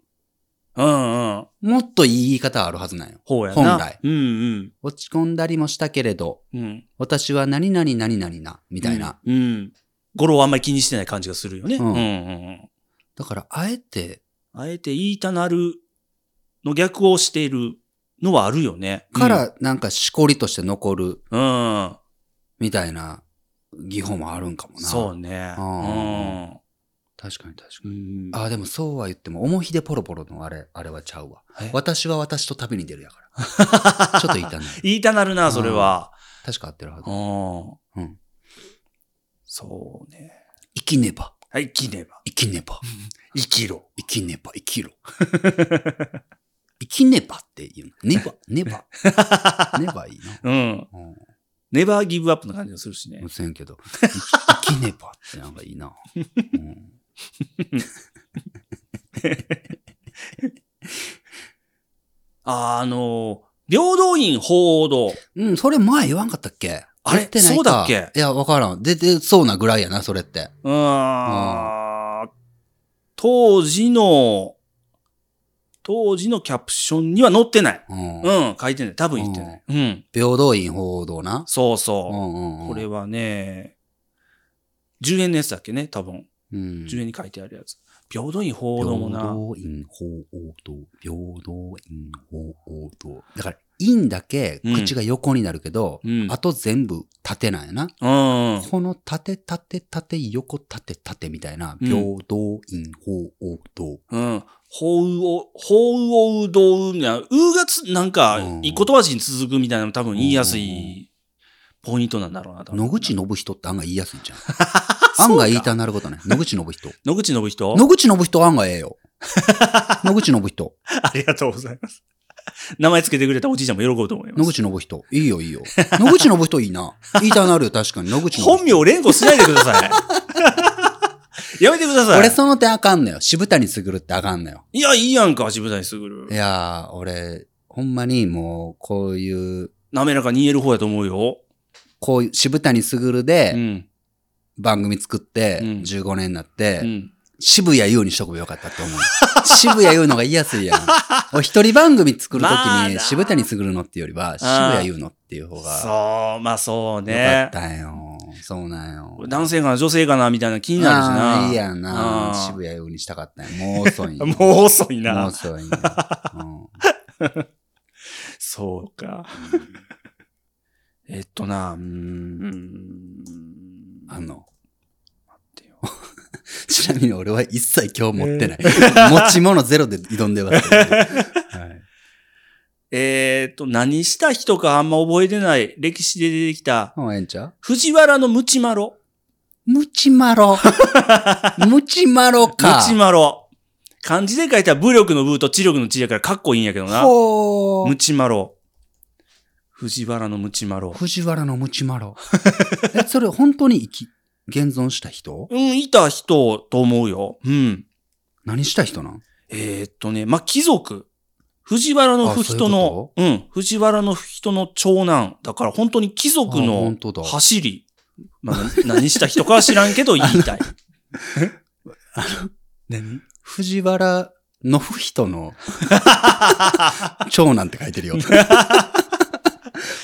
Speaker 5: うんうん。
Speaker 4: もっといい言い方あるはずなんよ。
Speaker 5: ほうやな。
Speaker 4: 本来。
Speaker 5: うんうん。
Speaker 4: 落ち込んだりもしたけれど、
Speaker 5: うん。
Speaker 4: 私は何々何々な、みたいな。
Speaker 5: うん。うん。語呂をあんまり気にしてない感じがするよね。
Speaker 4: う
Speaker 5: うんんうんうん。
Speaker 4: だから、あえて、
Speaker 5: あえて言いたなるの逆をしているのはあるよね。
Speaker 4: から、なんかしこりとして残る、
Speaker 5: うん。うん。
Speaker 4: みたいな、技法もあるんかもな。
Speaker 5: そうね。
Speaker 4: うん
Speaker 5: うん。
Speaker 4: 確かに確か
Speaker 5: う
Speaker 4: に。
Speaker 5: ん
Speaker 4: ああ、でもそうは言っても、重ひでポロポロのあれ、あれはちゃうわ
Speaker 5: え。
Speaker 4: 私は私と旅に出るや から。ちょっと言いたない。
Speaker 5: 言いたなるな、それは。
Speaker 4: 確か合ってるはず
Speaker 5: う。ん。
Speaker 4: うん。
Speaker 5: そうね。
Speaker 4: 生きねば、
Speaker 5: はい、生きねば。
Speaker 4: 生きねば、
Speaker 5: 生きろ。
Speaker 4: 生きねば、生 きろ。生きねばって言うの。 ねば、ねば。ねばいいな。
Speaker 5: うん。
Speaker 4: うん
Speaker 5: ネバーギブアップな感じがするしね
Speaker 4: う。せんけど。生き生きねばってなんかいいな。うん
Speaker 5: あーあのー、平等院鳳凰堂。
Speaker 4: うん、それ前言わんかったっけ
Speaker 5: あれ
Speaker 4: 出てないか
Speaker 5: そうだっけ
Speaker 4: いや、わからん。出てそうなぐらいやな、それって。
Speaker 5: うーん。当時の、当時のキャプションには載ってない。
Speaker 4: うん。
Speaker 5: うん、書いてない。多分言ってない。うん。
Speaker 4: 平等院報道な。
Speaker 5: そう
Speaker 4: う
Speaker 5: そ
Speaker 4: んうん
Speaker 5: う。
Speaker 4: うん。
Speaker 5: これはね、10円のやつだっけね、多分。
Speaker 4: うん、
Speaker 5: 10円に書いてあるやつ。平等院鳳凰堂もな。
Speaker 4: 平等院報道、平等院報道。だから、院だけ口が横になるけど、
Speaker 5: うん
Speaker 4: あと全部縦なんやな。
Speaker 5: うん。
Speaker 4: この縦縦縦横縦縦みたいな、
Speaker 5: うん
Speaker 4: 平等院報道。
Speaker 5: うん。ほうお、ほうおうどうみたいな。うがつ、なんか
Speaker 4: う、ん
Speaker 5: 一個飛ばしに続くみたいなの多分言いやすいポイントなんだろうな。多分
Speaker 4: 野口信人って案外言いやすい じゃん。案外言いたなることね。野口信人。
Speaker 5: 野口信人
Speaker 4: 野口信人案外ええよ。野口信人。
Speaker 5: ありがとうございます。名前つけてくれたおじいちゃんも喜ぶと思いま
Speaker 4: 野
Speaker 5: す。
Speaker 4: 口信人。いいよ、いいよ。野口信人いいな。言いたなるよ、確かに。野口信人。
Speaker 5: 本名連呼しないでくださ い。やめてください。
Speaker 4: 俺その点あかんのよ。渋谷すぐるってあかんのよ。
Speaker 5: いや、いいやんか、渋谷すぐる
Speaker 4: い。やー、俺、ほんまにもう、こういう、
Speaker 5: 滑らかに言える方やと思うよ。
Speaker 4: こういう、渋谷すぐる
Speaker 5: う
Speaker 4: で
Speaker 5: ん。
Speaker 4: 番組作って、
Speaker 5: うん
Speaker 4: 15年になっ
Speaker 5: う
Speaker 4: て、
Speaker 5: ん。
Speaker 4: 渋谷優にしとけばよかったって思う。渋谷優のが言いやすいや ん。俺一人番組作るとき
Speaker 5: まあ
Speaker 4: に
Speaker 5: な
Speaker 4: 渋谷すぐるのっていうよりは、渋谷優のっていう方が。
Speaker 5: そう、まあそう
Speaker 4: よか
Speaker 5: ね
Speaker 4: っ。たんよ。そうなんよ。
Speaker 5: 男性かな、女性かな、みたいな気になるし
Speaker 4: あ
Speaker 5: な。
Speaker 4: ーいいやん
Speaker 5: う
Speaker 4: な。
Speaker 5: ん
Speaker 4: 渋谷ようにしたかったんよ。もう遅いんよ。
Speaker 5: もう遅い
Speaker 4: もう
Speaker 5: な。
Speaker 4: 遅いんよ。うん
Speaker 5: そうか。えっとな、うーん。
Speaker 4: あの、
Speaker 5: てよ
Speaker 4: ちなみに俺は一切今日持ってない。 持ち物ゼロで挑んでますけどね。はい
Speaker 5: えっと、何した人かあんま覚えてない歴史で出てきた、
Speaker 4: もうええんちゃう
Speaker 5: 藤原のムチマロ。
Speaker 4: ムチマロ。ムチマロ
Speaker 5: ム
Speaker 4: か。
Speaker 5: チマロ。漢字で書いたら武力の武と知力の知やからかっこいいんやけどな。
Speaker 4: ほ
Speaker 5: ム
Speaker 4: ー。
Speaker 5: チマロ。藤原のムチマロ。
Speaker 4: 藤原のムチマロ。え、それ本当に生き、現存した人
Speaker 5: うん、いた人と思うよ。うん。
Speaker 4: 何した人なん
Speaker 5: えーっとね、まあ、貴族。藤原の
Speaker 4: あ
Speaker 5: 不人のう、ん、藤原の人の長男。だから本当に貴族
Speaker 4: あ
Speaker 5: の
Speaker 4: 本当だ
Speaker 5: 走り。まあ、な 何した人かは知らんけど言い たい。
Speaker 4: 何藤原のふ人の長男って書いてるよ。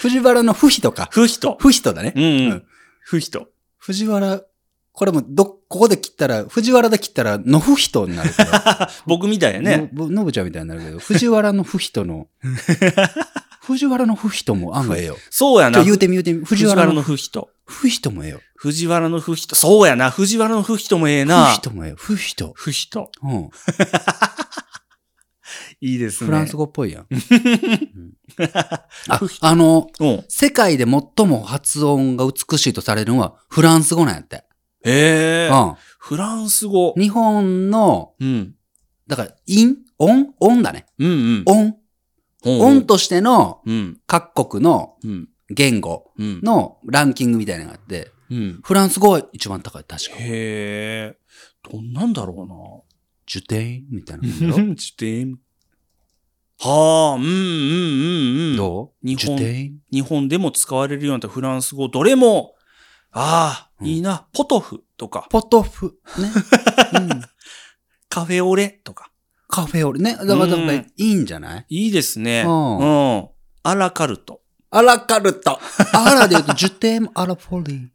Speaker 4: 藤原のふ人か。
Speaker 5: 不人。
Speaker 4: ふ人だね
Speaker 5: う。ん、う
Speaker 4: うんん。
Speaker 5: 不人。
Speaker 4: 藤原、これもど、ここで切ったら、藤原で切ったら、のふ人になるから。
Speaker 5: 僕みたいや ね。
Speaker 4: の。のぶちゃんみたいになるけど、藤原のふ人 の、藤原のふ人も案外ええよ。
Speaker 5: そうや
Speaker 4: ちょ、
Speaker 5: な。
Speaker 4: 言うてみ言うてみ。藤
Speaker 5: 藤
Speaker 4: 原
Speaker 5: 原の
Speaker 4: の
Speaker 5: 不人。
Speaker 4: ふ人もええよ。
Speaker 5: 藤原の不人。そうやな。藤原の不人もええな
Speaker 4: ふ。人もええよ。ふ人。
Speaker 5: 不人。
Speaker 4: うん。
Speaker 5: いいですね。
Speaker 4: フランス語っぽい やん。うんあ
Speaker 5: 不、人
Speaker 4: あの、
Speaker 5: うん。
Speaker 4: 世界で最も発音が美しいとされるのはフランス語なんやって。
Speaker 5: ええ
Speaker 4: う
Speaker 5: フランス語
Speaker 4: ん。。日本の、
Speaker 5: うん。
Speaker 4: だから、音、音、音だね。
Speaker 5: うんうん。
Speaker 4: 音。
Speaker 5: お
Speaker 4: 音としての
Speaker 5: うん。
Speaker 4: 各国の
Speaker 5: うん。
Speaker 4: 言語
Speaker 5: うん。
Speaker 4: のランキングみたいなのがあって、
Speaker 5: うん。
Speaker 4: フランス語は一番高い、確か。
Speaker 5: へえ。どんなんだろ
Speaker 4: ジュテインみたいな
Speaker 5: う
Speaker 4: も
Speaker 5: な。
Speaker 4: んだろ。
Speaker 5: ちょっとえはあ、うんうんうんうん。
Speaker 4: どう
Speaker 5: 日本
Speaker 4: ジュテイン
Speaker 5: 日本でも使われるようになったフランス語、どれも、ああ、
Speaker 4: うん
Speaker 5: いいな、ポトフとか、
Speaker 4: ポトフ。ね。 うん
Speaker 5: カフェオレとか。
Speaker 4: カフェオレね。だから、だから
Speaker 5: うん
Speaker 4: いいんじゃない
Speaker 5: いいですね。
Speaker 4: うん
Speaker 5: うん。アラカルト。
Speaker 4: アラカルト。アラで言うと、ジュテインアラフォ リー。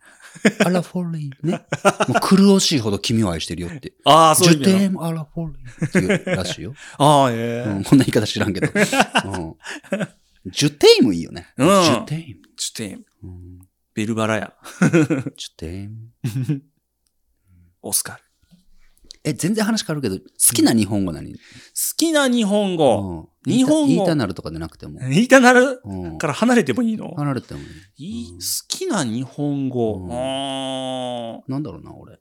Speaker 4: アラフォリーね。もう苦しいほど君を愛してるよって。
Speaker 5: ああ、そう
Speaker 4: ジ
Speaker 5: いう
Speaker 4: ュ
Speaker 5: 意味な
Speaker 4: テ
Speaker 5: の
Speaker 4: ームアラフォーリーっていうら しいよ、
Speaker 5: ああ、ええ
Speaker 4: うん。こんな言い方知らんけ ど。うん、ジュテイムいいよね。
Speaker 5: うん
Speaker 4: ジュテイム。
Speaker 5: ちょっとええ
Speaker 4: うん
Speaker 5: ベルバラや。
Speaker 4: ジュテイム。
Speaker 5: オスカル。
Speaker 4: え、全然話変わるけど、好きな日本語何、
Speaker 5: きな日本語。
Speaker 4: うん
Speaker 5: 日本語
Speaker 4: 言いたなるとかでなくても。
Speaker 5: 言いたなる
Speaker 4: うん
Speaker 5: から離れてもいいの
Speaker 4: 離れてもいい。
Speaker 5: いい好きな日本語。
Speaker 4: うん
Speaker 5: うーん
Speaker 4: なんだろうな、俺。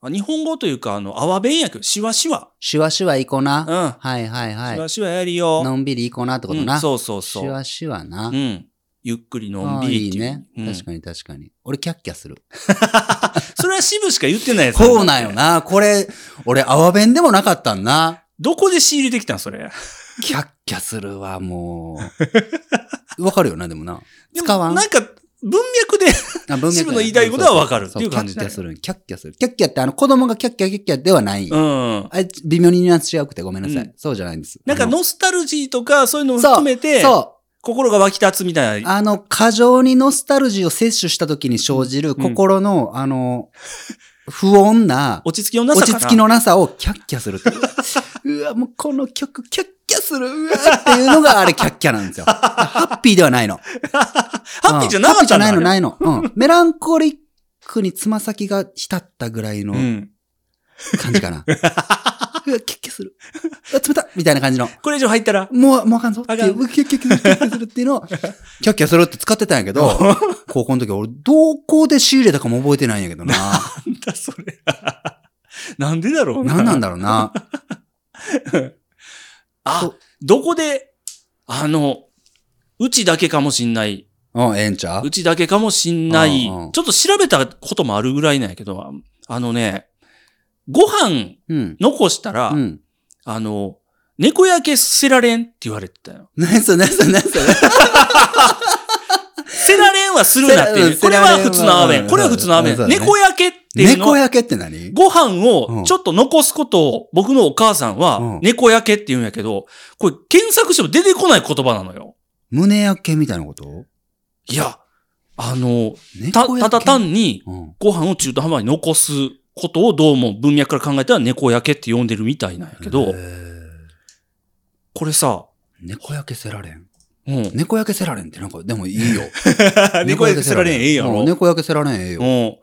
Speaker 5: あ日本語というか、あの、あわべんやけど、しわしわ。
Speaker 4: シュワシュワいこな。
Speaker 5: うん
Speaker 4: はいはいは
Speaker 5: しわ
Speaker 4: い。
Speaker 5: しわやるよ。
Speaker 4: のんびりいこなってこと
Speaker 5: う
Speaker 4: な。
Speaker 5: んそうそう
Speaker 4: シ
Speaker 5: そう。
Speaker 4: ュワシュワな。
Speaker 5: うん。ゆっくりの
Speaker 4: あ
Speaker 5: ん
Speaker 4: あ
Speaker 5: びり
Speaker 4: い
Speaker 5: っ
Speaker 4: い
Speaker 5: ていう。
Speaker 4: ね。
Speaker 5: うん
Speaker 4: 確かに確かに。俺キャッキャする。
Speaker 5: それは支部しか言ってないやつ。
Speaker 4: そうなんよな。これ、俺、泡弁でもなかったんな。
Speaker 5: どこで仕入れてきたんそれ。
Speaker 4: キャッキャするわ、も う。わかるよな、でもな。
Speaker 5: でも
Speaker 4: 使わん。
Speaker 5: なんか、文脈で
Speaker 4: あ文脈や
Speaker 5: 自分の言いたいことはわかるっていう感じ
Speaker 4: そ
Speaker 5: だ
Speaker 4: キャッキ
Speaker 5: よ
Speaker 4: ャする。キャッキャする。キャッキャって、あの、子供がキャッキャキャッキャではない。
Speaker 5: うん。
Speaker 4: あいつ微妙にニュアンス違うくてごめんなさい。
Speaker 5: うん
Speaker 4: そうじゃないんです。
Speaker 5: なんか
Speaker 4: あの
Speaker 5: ノスタルジーとかそういうのを含めて、
Speaker 4: そ。
Speaker 5: 心が湧き立つみたいうな。
Speaker 4: あの、過剰にノスタルジーを摂取した時に生じる心の、あの、不穏な、
Speaker 5: 落ち着きのな
Speaker 4: 落
Speaker 5: さ
Speaker 4: ち
Speaker 5: かな。
Speaker 4: 着きのなさをキャッキャするっていう。うわ、もうこの曲キャッキャする、うわっていうのがあれキャッキャなんですよ。ハッピーではないの。
Speaker 5: ハッピーじ
Speaker 4: う
Speaker 5: ゃなかったんだ
Speaker 4: ん
Speaker 5: あれ
Speaker 4: ハッピーじゃないの、ないの。うん。メランコリックにつま先が浸ったぐらいの
Speaker 5: うん。
Speaker 4: 感じかな。うわ、キャッキャする。うわ、冷たいみたいな感じの。
Speaker 5: これ以上入ったら、
Speaker 4: もう、もうあかんぞってい
Speaker 5: あ
Speaker 4: う、
Speaker 5: か
Speaker 4: うわキャッキャキャッキャキャッキャするっていうのを、 キャッキャするって使ってたんやけど、高校の時俺、どこで仕入れたかも覚えてないんやけどな。
Speaker 5: なんだそれ。なんでだろうな。
Speaker 4: 何なん だろうな。
Speaker 5: あ、どこで、あの、うちだけかもしんない。
Speaker 4: うん、ええんちゃう
Speaker 5: うちだけかもしんない。ち
Speaker 4: うんう
Speaker 5: ょ
Speaker 4: ん
Speaker 5: っと調べたこともあるぐらいなんやけど、ああのね、ご飯
Speaker 4: うん。
Speaker 5: 残したら、
Speaker 4: うん。
Speaker 5: あの、猫焼けせられんって言われてたよ。
Speaker 4: 何それ何それ何それ
Speaker 5: せられんはするなって
Speaker 4: せら
Speaker 5: い
Speaker 4: うん
Speaker 5: う。これ
Speaker 4: せら
Speaker 5: は
Speaker 4: れんは
Speaker 5: 普通のアーメ
Speaker 4: う
Speaker 5: ン。
Speaker 4: ん
Speaker 5: これは普通のアーメ
Speaker 4: うんそう
Speaker 5: ン。
Speaker 4: だね
Speaker 5: 猫焼けっていうの
Speaker 4: 猫
Speaker 5: は、
Speaker 4: 焼けって何
Speaker 5: ご飯
Speaker 4: うん
Speaker 5: をちょっと残すことを僕のお母さん
Speaker 4: うん
Speaker 5: は猫焼けって言うんやけど、これ検索しても出てこない言葉なのよ。
Speaker 4: 胸焼けみたいなこと
Speaker 5: いや、あの、た、
Speaker 4: 猫焼け
Speaker 5: ただ単に
Speaker 4: うん。
Speaker 5: ご飯を中途半端に残すことをどうも文脈から考えたら猫焼けって呼んでるみたいなんやけ
Speaker 4: へ
Speaker 5: ど、
Speaker 4: ー
Speaker 5: これさ、
Speaker 4: 猫焼けせられん。
Speaker 5: うん。
Speaker 4: 猫焼けせられんってなんか、でもい いよ。
Speaker 5: 猫焼けせられんええや
Speaker 4: う
Speaker 5: ろ
Speaker 4: ん。猫焼けせられんええよ。
Speaker 5: もう、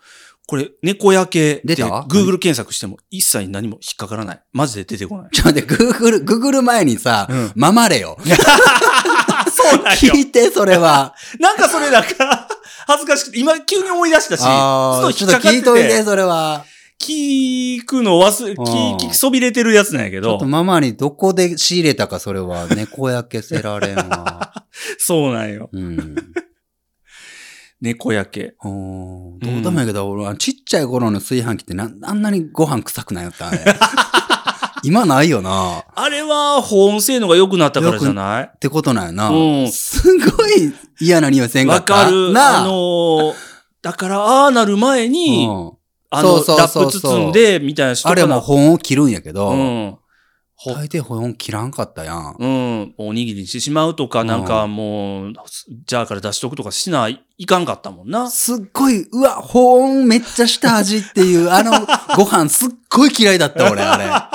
Speaker 5: これ、猫焼け
Speaker 4: 出
Speaker 5: で、
Speaker 4: た
Speaker 5: Google 検索しても一切何も引っかからない。マジで出てこない。
Speaker 4: ちょっと待って、グーグル、グーグル前にさ
Speaker 5: うん、
Speaker 4: ママれよ。
Speaker 5: そうなんよ
Speaker 4: 聞。いて、それ は。
Speaker 5: なんかそれなんか、 恥ずかしくて、今急に思い出したし、
Speaker 4: ああ、
Speaker 5: ち
Speaker 4: ち
Speaker 5: ょ
Speaker 4: ょっと
Speaker 5: っと引っかかっ
Speaker 4: 聞
Speaker 5: て
Speaker 4: いといて、
Speaker 5: て、
Speaker 4: それは。
Speaker 5: 聞くの忘れ、
Speaker 4: うん
Speaker 5: 聞きそびれてるやつなんやけ
Speaker 4: ちょっ
Speaker 5: ど
Speaker 4: と、ママにどこで仕入れたか、それは。猫焼けせられん わ。
Speaker 5: そうなんよ。
Speaker 4: うん。
Speaker 5: 猫焼け。
Speaker 4: おーどうでもやけど、俺はちっちゃい頃の炊飯器ってなあんなにご飯臭くないやったね。 今ないよな。っ
Speaker 5: あれは保温性能が良くなったからじゃない
Speaker 4: てことなんやな。
Speaker 5: うん
Speaker 4: すごい嫌な匂いせんか
Speaker 5: わ
Speaker 4: った。
Speaker 5: かる。
Speaker 4: なあ。
Speaker 5: あのーだから、ああなる前に、
Speaker 4: うん
Speaker 5: あの、
Speaker 4: そうそう
Speaker 5: ラ
Speaker 4: そ
Speaker 5: ッ
Speaker 4: うそ
Speaker 5: プ
Speaker 4: う
Speaker 5: 包んで、みたいな人
Speaker 4: あれも保温を切るんやけど、
Speaker 5: うん。ほ
Speaker 4: 大抵保温切らんかったやん。
Speaker 5: うん。おにぎりにしてしまうとか、
Speaker 4: ん
Speaker 5: なんかもう、ジャーから出しとくとかしない、いかんかったもんな。
Speaker 4: すっごい、うわ、保温めっちゃした味っていう、あの、 ご飯すっごい嫌いだった、俺、あれ。あ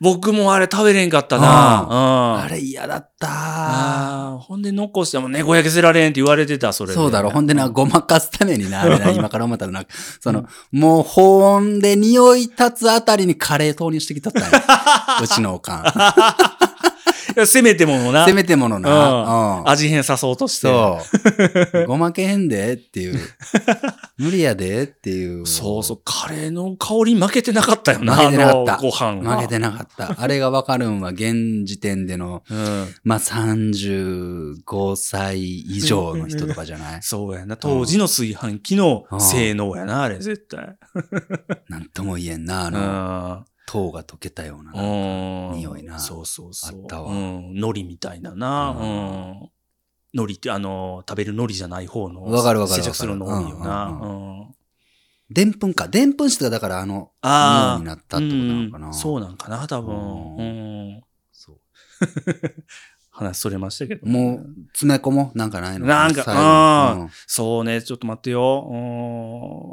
Speaker 5: 僕もあれ食べれんかったな。うん。
Speaker 4: れ嫌だった。
Speaker 5: ああ、ほんで残しても猫焼けせられんって言われてた、それで。
Speaker 4: そうだろ。ほんでな、
Speaker 5: う
Speaker 4: ごまかすためにな、あれ な、今から思ったらな、その、もう保温で匂い立つあたりにカレー投入してきとったん や。うちのおかん。
Speaker 5: いやせめてものな。
Speaker 4: せめてものな。う
Speaker 5: う
Speaker 4: ん
Speaker 5: ん。味変さそうとして。
Speaker 4: そう。ごまけへんでって いう。無理やでっていう。
Speaker 5: そうそう。カレーの香り負けてなかったよな、
Speaker 4: 負けてなかった
Speaker 5: あのご飯が。
Speaker 4: 負けてなかった。あれがわかるんは、現時点での、
Speaker 5: うん。
Speaker 4: まあ、35歳以上の人とかじゃない
Speaker 5: そうやな。当時の炊飯器の性能やな、あれ絶対。
Speaker 4: なんとも言えんな、あ
Speaker 5: う
Speaker 4: の、
Speaker 5: ん。
Speaker 4: 糖が溶けたような。
Speaker 5: うん
Speaker 4: 匂いな
Speaker 5: そうそうそう。
Speaker 4: あったわ
Speaker 5: うん。海苔みたいなな。
Speaker 4: う
Speaker 5: うんん。海苔って、あの、食べる海苔じゃない方の。
Speaker 4: わかるわかるわかる
Speaker 5: 接着するの多いよな。うん。
Speaker 4: でんぷんか。でんぷん質がだから、あの、匂い
Speaker 5: ああ
Speaker 4: に。なったってことなのか
Speaker 5: う
Speaker 4: な。
Speaker 5: んそうなんかな、多分。
Speaker 4: う
Speaker 5: うん。話それましたけど。
Speaker 4: もう、詰め込もうなんかないの
Speaker 5: なんか
Speaker 4: 最後
Speaker 5: う
Speaker 4: うん
Speaker 5: そうね、ちょっと待ってよ。う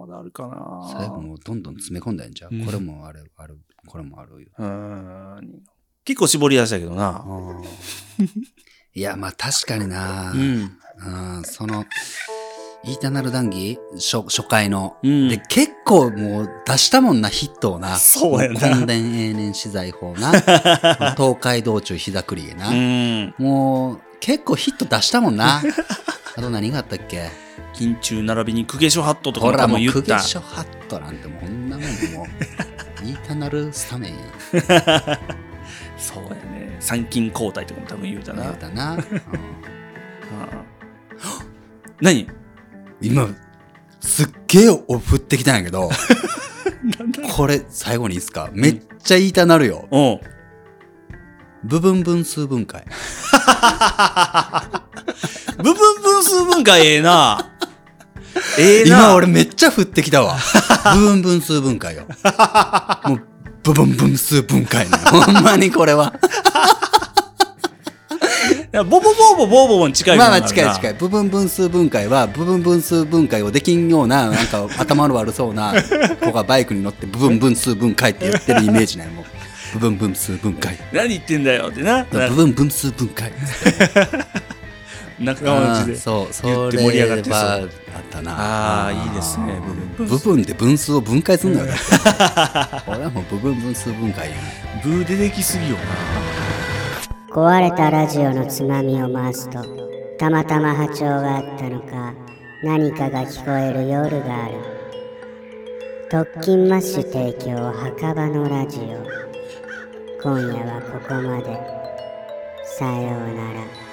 Speaker 5: ん。まだあるかな。
Speaker 4: 最後もうどんどん詰め込んだんじゃう
Speaker 5: うん
Speaker 4: これもあれ、ある、これもあるよ。
Speaker 5: うん。結構絞り出したけどな。
Speaker 4: いや、まあ確かにな
Speaker 5: う、ん。
Speaker 4: うんその、イーターナル談義初初回の。
Speaker 5: うん
Speaker 4: で、結構もう出したもんな、ヒットをな。
Speaker 5: そうやな
Speaker 4: 根田永年資材法 な。東海道中膝栗毛な。
Speaker 5: うん。
Speaker 4: もう、結構ヒット出したもん な。あと何があったっけ
Speaker 5: 金中並びにクゲショハットとか
Speaker 4: ほ
Speaker 5: も
Speaker 4: ら
Speaker 5: 多
Speaker 4: も
Speaker 5: 分
Speaker 4: う
Speaker 5: 言
Speaker 4: ク
Speaker 5: っ
Speaker 4: ゲ
Speaker 5: た。
Speaker 4: ショハットなんてもうこんなもんもう、イーターナルスタメンやん。
Speaker 5: そうやね。参勤交代とかも多分言うたな。
Speaker 4: 言うたな。うん
Speaker 5: ああ何
Speaker 4: 今、すっげえ送ってきたんやけ ど、これ最後にいいっすかめっちゃ言いたなるよ。
Speaker 5: おう
Speaker 4: 部分分数分解。
Speaker 5: 部分分数分解え えな。ええな。
Speaker 4: 今俺めっちゃ振ってきたわ。 部分分数分解よ。もう、部分分数分解ね。 ほんまにこれは。
Speaker 5: いやボボボーボボーボボに近い
Speaker 4: まあまあ近い近
Speaker 5: い。
Speaker 4: い。部分分数分解は、部分分数分解をできんような、なんか頭の悪そう な子がバイクに乗って部分分数分解って言ってるイメージなんやもう。部分分数分解。
Speaker 5: 何言ってんだよってな。
Speaker 4: 部分分数分解。
Speaker 5: 仲間
Speaker 4: あー
Speaker 5: 内で。
Speaker 4: そうそれ
Speaker 5: 言って盛り上がってそう
Speaker 4: はあったな
Speaker 5: あーいいですね部分
Speaker 4: 部分で分数を分解するのよだ って俺はもう部分分数分解やん
Speaker 5: ブー出てきすぎよ
Speaker 1: 壊れたラジオのつまみを回すとたまたま波長があったのか何かが聞こえる夜がある特勤マッシュ提供墓場のラジオ今夜はここまでさようなら